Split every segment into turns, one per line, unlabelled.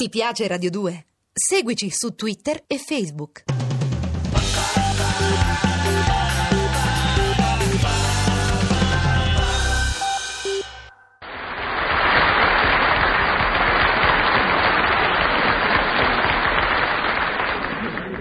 Ti piace Radio 2? Seguici su Twitter e Facebook.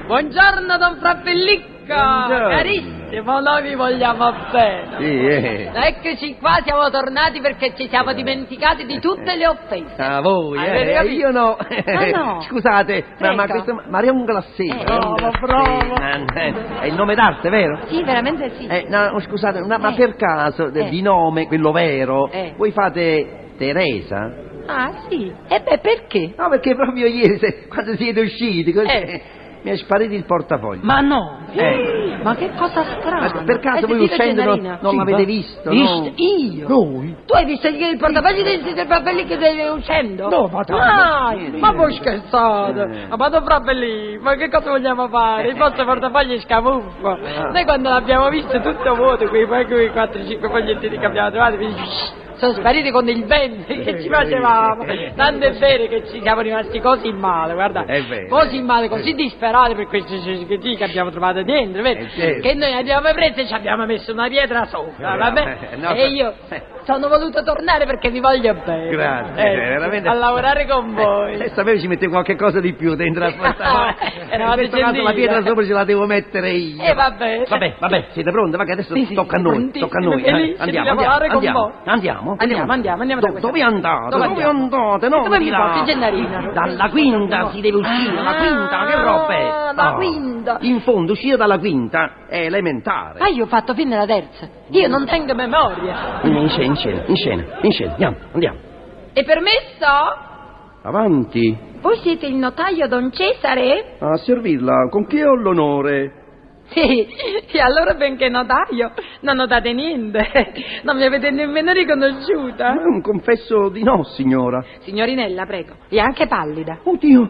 Buongiorno Don Frappellicca,
Buongiorno.
carissimo, noi vi vogliamo bene.
Sì, eh.
Eccoci qua, siamo tornati perché ci siamo dimenticati di tutte le offese.
Ah, voi,
Avete
eh,
capito?
io no.
Ah, no.
Scusate, ma, ma
Prego.
questo Marion Glacé.
Eh,
Marion
bravo,
Glacé,
bravo.
nan- eh, È il nome d'arte, vero?
Sì, veramente sì.
Eh, no, scusate, no, ma
Eh.
per caso, de-
Eh.
di nome, quello vero,
Eh.
voi fate Teresa?
Ah, sì. E beh, perché?
No, perché proprio ieri, se- quando siete usciti, così,
Eh.
mi è sparito il portafoglio.
Ma no.
Eh.
Ma che cosa strana.
Ma per
Hai
caso voi
sentito,
uscendo non,
Gennarina?
non
Sì,
l'avete
ma-
visto,
Visto
no?
io?
Noi?
Tu hai visto che il portafoglio del sito del Frappellicca stai uscendo?
No, ma tanto-
Dai,
Sì,
ma
sì.
voi scherzate?
Eh.
Ma Don Frappellì, ma che cosa vogliamo fare? Il vostro portafoglio è scamuffo.
Ah.
Noi quando l'abbiamo visto tutto vuoto, quei, poi quei 4-5 fogliettini che abbiamo trovato, quindi, sono spariti con il vento che ci facevamo.
Eh.
Tanto è vero che ci siamo rimasti così male, guarda.
È vero.
Così male, così disperati per questi soggetti che abbiamo trovato dentro, vero?
Eh, certo.
Che noi abbiamo preso e ci abbiamo messo una pietra sopra,
Eh,
vabbè.
eh, no,
e io
eh.
sono voluto tornare perché vi voglio bene.
Grazie,
Eh,
eh, veramente.
A lavorare con voi. eh,
Eh, eh, sapevo ci mettevo qualche cosa di più dentro al portafoglio.
Eravate
In questo caso la
gentili,
pietra
eh.
sopra ce la devo mettere io.
Eh, vabbè.
Vabbè, vabbè, siete pronti? Va che adesso
Sì, sì,
tocca a noi,
prontissimi,
tocca a noi.
felici
eh.
di
Andiamo, andiamo,
lavorare con
andiamo,
voi.
andiamo,
Andiamo, andiamo, andiamo da
Do-
questa
Dove
parte.
andate?
Dove
Dove,
andiamo?
andate? No,
Dove
di
mi
là.
porti, Gennarino?
Dalla quinta si deve uscire, la
Ah,
quinta, che roba è?
la
Ah.
quinta.
In fondo, uscire dalla quinta è elementare.
Ma Ah, io ho fatto fino alla terza. Io non tengo memoria.
In scena, in scena, in scena, in scena, andiamo, andiamo.
E permesso?
Avanti,
Voi siete il notaio Don Cesare?
a servirla, con chi ho
Eh?
l'onore?
Sì, e allora benché notaio, non notate niente. Non mi avete nemmeno riconosciuta.
un confesso di no, signora.
Signorinella, prego. E anche pallida.
Oddio,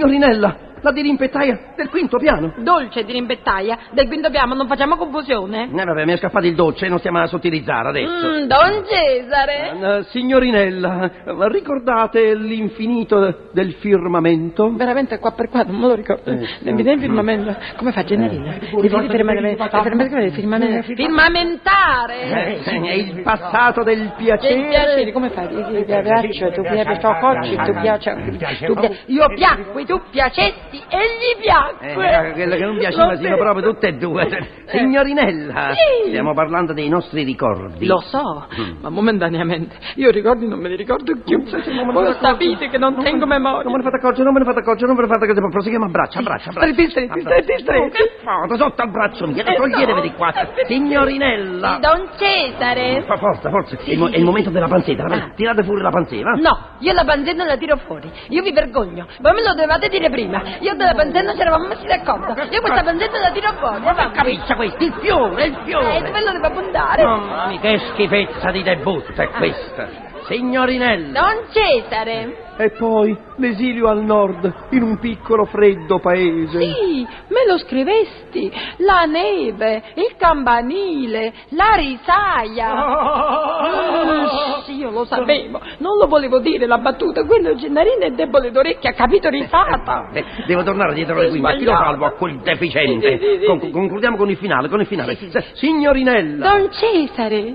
signorinella, la dirimpettaia del quinto piano.
Dolce di rimbettaia, del quinto piano non facciamo confusione.
Eh vabbè, mi è scappato il dolce, non stiamo a sottilizzare adesso.
Mm, Don Cesare?
Eh, signorinella, ricordate l'infinito del firmamento?
Veramente qua per qua non me lo ricordo.
Eh,
Non mi dai il firmamento. Come fa Eh, Gennarina? Mi devi firmare- firmare- firmare- Firmamentare!
Eh, è il passato del
Del
piacere.
piacere, come fai? Ti piaccio, tu piaci, tu cocci, tu piaci, tu pia- io piacqui, tu piacesti e gli piacque.
Eh, quello che non piaceva
Lo
sono
so.
proprio tutte e due. Signorinella,
Sì.
stiamo parlando dei nostri ricordi.
Lo so,
Mm.
ma momentaneamente io i ricordi non me li ricordo più.
non me ne
Voi
ricordo.
sapete che non tengo
Non me
memoria.
ne fate accorgere, non me ne fate accorgere, non me ne fate accorgere. Proseguiamo a braccio, a braccio, a braccio.
Stretti, stretti, stretti,
No,
stretti.
Oh, Che fate? Sotto al braccio mio,
Eh, no.
toglietevi di qua.
Eh, perché?
Signorinella.
Don Cesare?
Fa forza, forza. È, il, mo- è il momento della panzetta. va bene. Tirate fuori la panzetta. va?
Ah. No, io la panzetta la tiro fuori, io vi vergogno, voi me lo dovevate dire prima, io della panzetta ci eravamo messi d'accordo, io questa panzetta la tiro fuori, e va.
Capiccia questo, il fiore, il
Eh,
fiore.
dove lo devo puntare?
Mamma mia, che schifezza di debutto
Ah.
è questa. Signorinella.
Don Cesare?
E poi l'esilio al nord, in un piccolo freddo paese.
Sì, me lo scrivesti, la neve, il campanile, la risaia.
Oh.
Ah, sì, io lo sapevo, non lo volevo dire la battuta, quello Gennarino è debole d'orecchia, ha capito risata.
Eh, Devo tornare dietro le quinte, chi lo salvo a quel
Sì, sì,
deficiente?
sì,
Con-
sì.
concludiamo con il finale, con il finale. Se- Signorinella!
Don Cesare?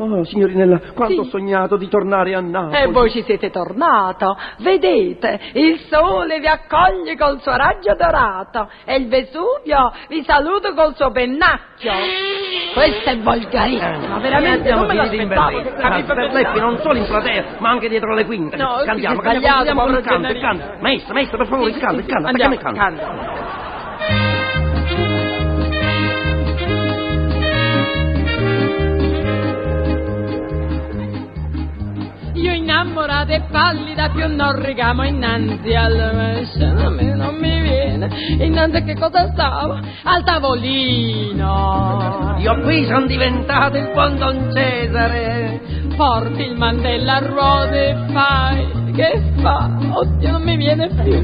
Oh, signorinella, quanto
Sì.
ho sognato di tornare a Napoli.
E voi ci siete tornato, vedete, il sole vi accoglie col suo raggio dorato e il Vesuvio vi saluta col suo pennacchio. Questo è volgarissimo,
Eh,
veramente,
Andiamo
non me lo
di
aspettavo.
Timberley.
capito?
Anzi, Zeppi, non solo in platea, ma anche dietro le quinte.
No, sì,
cantiamo,
sì, sbagliato,
cantiamo, con il
povero
canto, il
Gennarino.
canto. Maestro, maestro, per favore, il canto, il canto,
Andiamo,
attacchiamo il canto.
canta. Io innamorata e pallida più non regamo innanzi al non mi, non mi viene innanzi a che cosa stavo? Al tavolino
Io qui sono diventato il buon Don Cesare.
porti il mantello a ruote e fai che fa? Oddio non mi viene più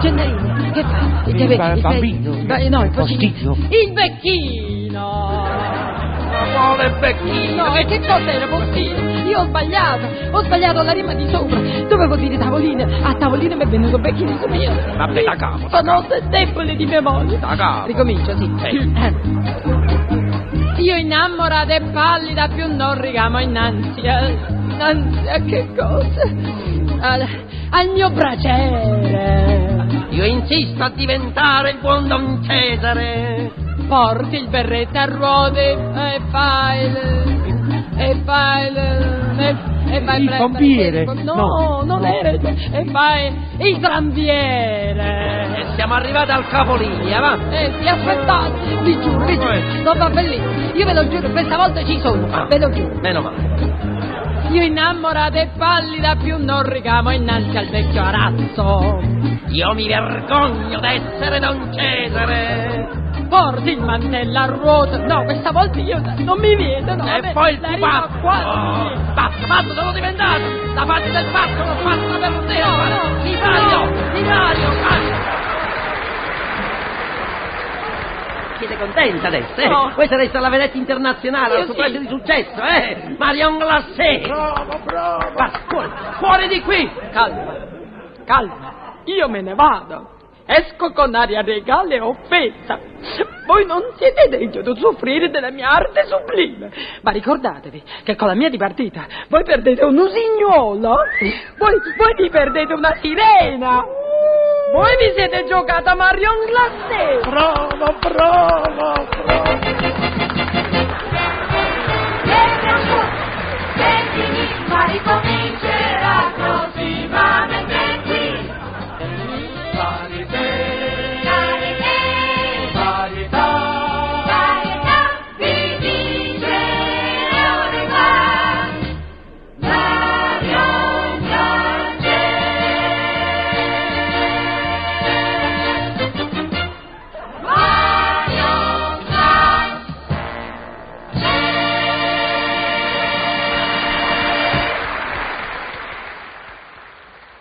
Gennarino che fai?
Il ba- bambino.
Dai, no, il
Fastidio.
il vecchino
Amore Becchino.
No, e che cos'era Postino? io ho sbagliato, ho sbagliato la rima di sopra. Dovevo dire tavolina, a tavolina mi è venuto becchino mio.
Vabbè, da capo, da
Sono debole di memoria.
Da capo.
Ricomincio, sì.
Sì.
Eh. Io innamorata e pallida più non rigamo innanzi. eh, Innanzi a che cosa? Al, al mio braciere.
Io insisto a diventare il buon Don Cesare.
Porti il berretto a ruote e fai il... e fai il... e, e fai
Il
prendere-
pompiere,
No,
no.
non era il... e fai il tramviere.
E siamo arrivati al capolinea, va?
Eh, vi aspettate, vi giuro, vi giuro.
Eh.
Non va bellissimo. Io ve lo giuro, questa volta ci sono,
Ah.
ve lo giuro.
Meno male.
Io innamorata e pallida più non ricamo innanzi al vecchio arazzo.
Io mi vergogno d'essere Don Cesare.
Porti il mantello a ruota. No, questa volta io non mi vedo, no.
E
vabbè,
poi il
la rima
pupazzo.
qua non mi
Oh, Basta, basta, sono diventato. La parte del pazzo l'ho fatta per te.
No, no,
Ti taglio,
no.
ti taglio. ah. Siete contenti adesso, eh?
No.
Questa resta la vedetta internazionale,
Io
la
sì.
suffragio di successo, eh? Marion Glacé.
Bravo, bravo.
Basta, fuori, fuori di qui.
Calma, calma, io me ne vado. Esco con aria regale e offesa. Voi non siete degno di soffrire della mia arte sublime. Ma ricordatevi che con la mia dipartita voi perdete un usignolo, voi, voi vi perdete una sirena, voi vi siete giocata Marion Glacé.
Bravo, bravo.
Ma ricomincerà prossimamente qui. Carità, carità, vi vincerà ormai. Mario Grande. Mario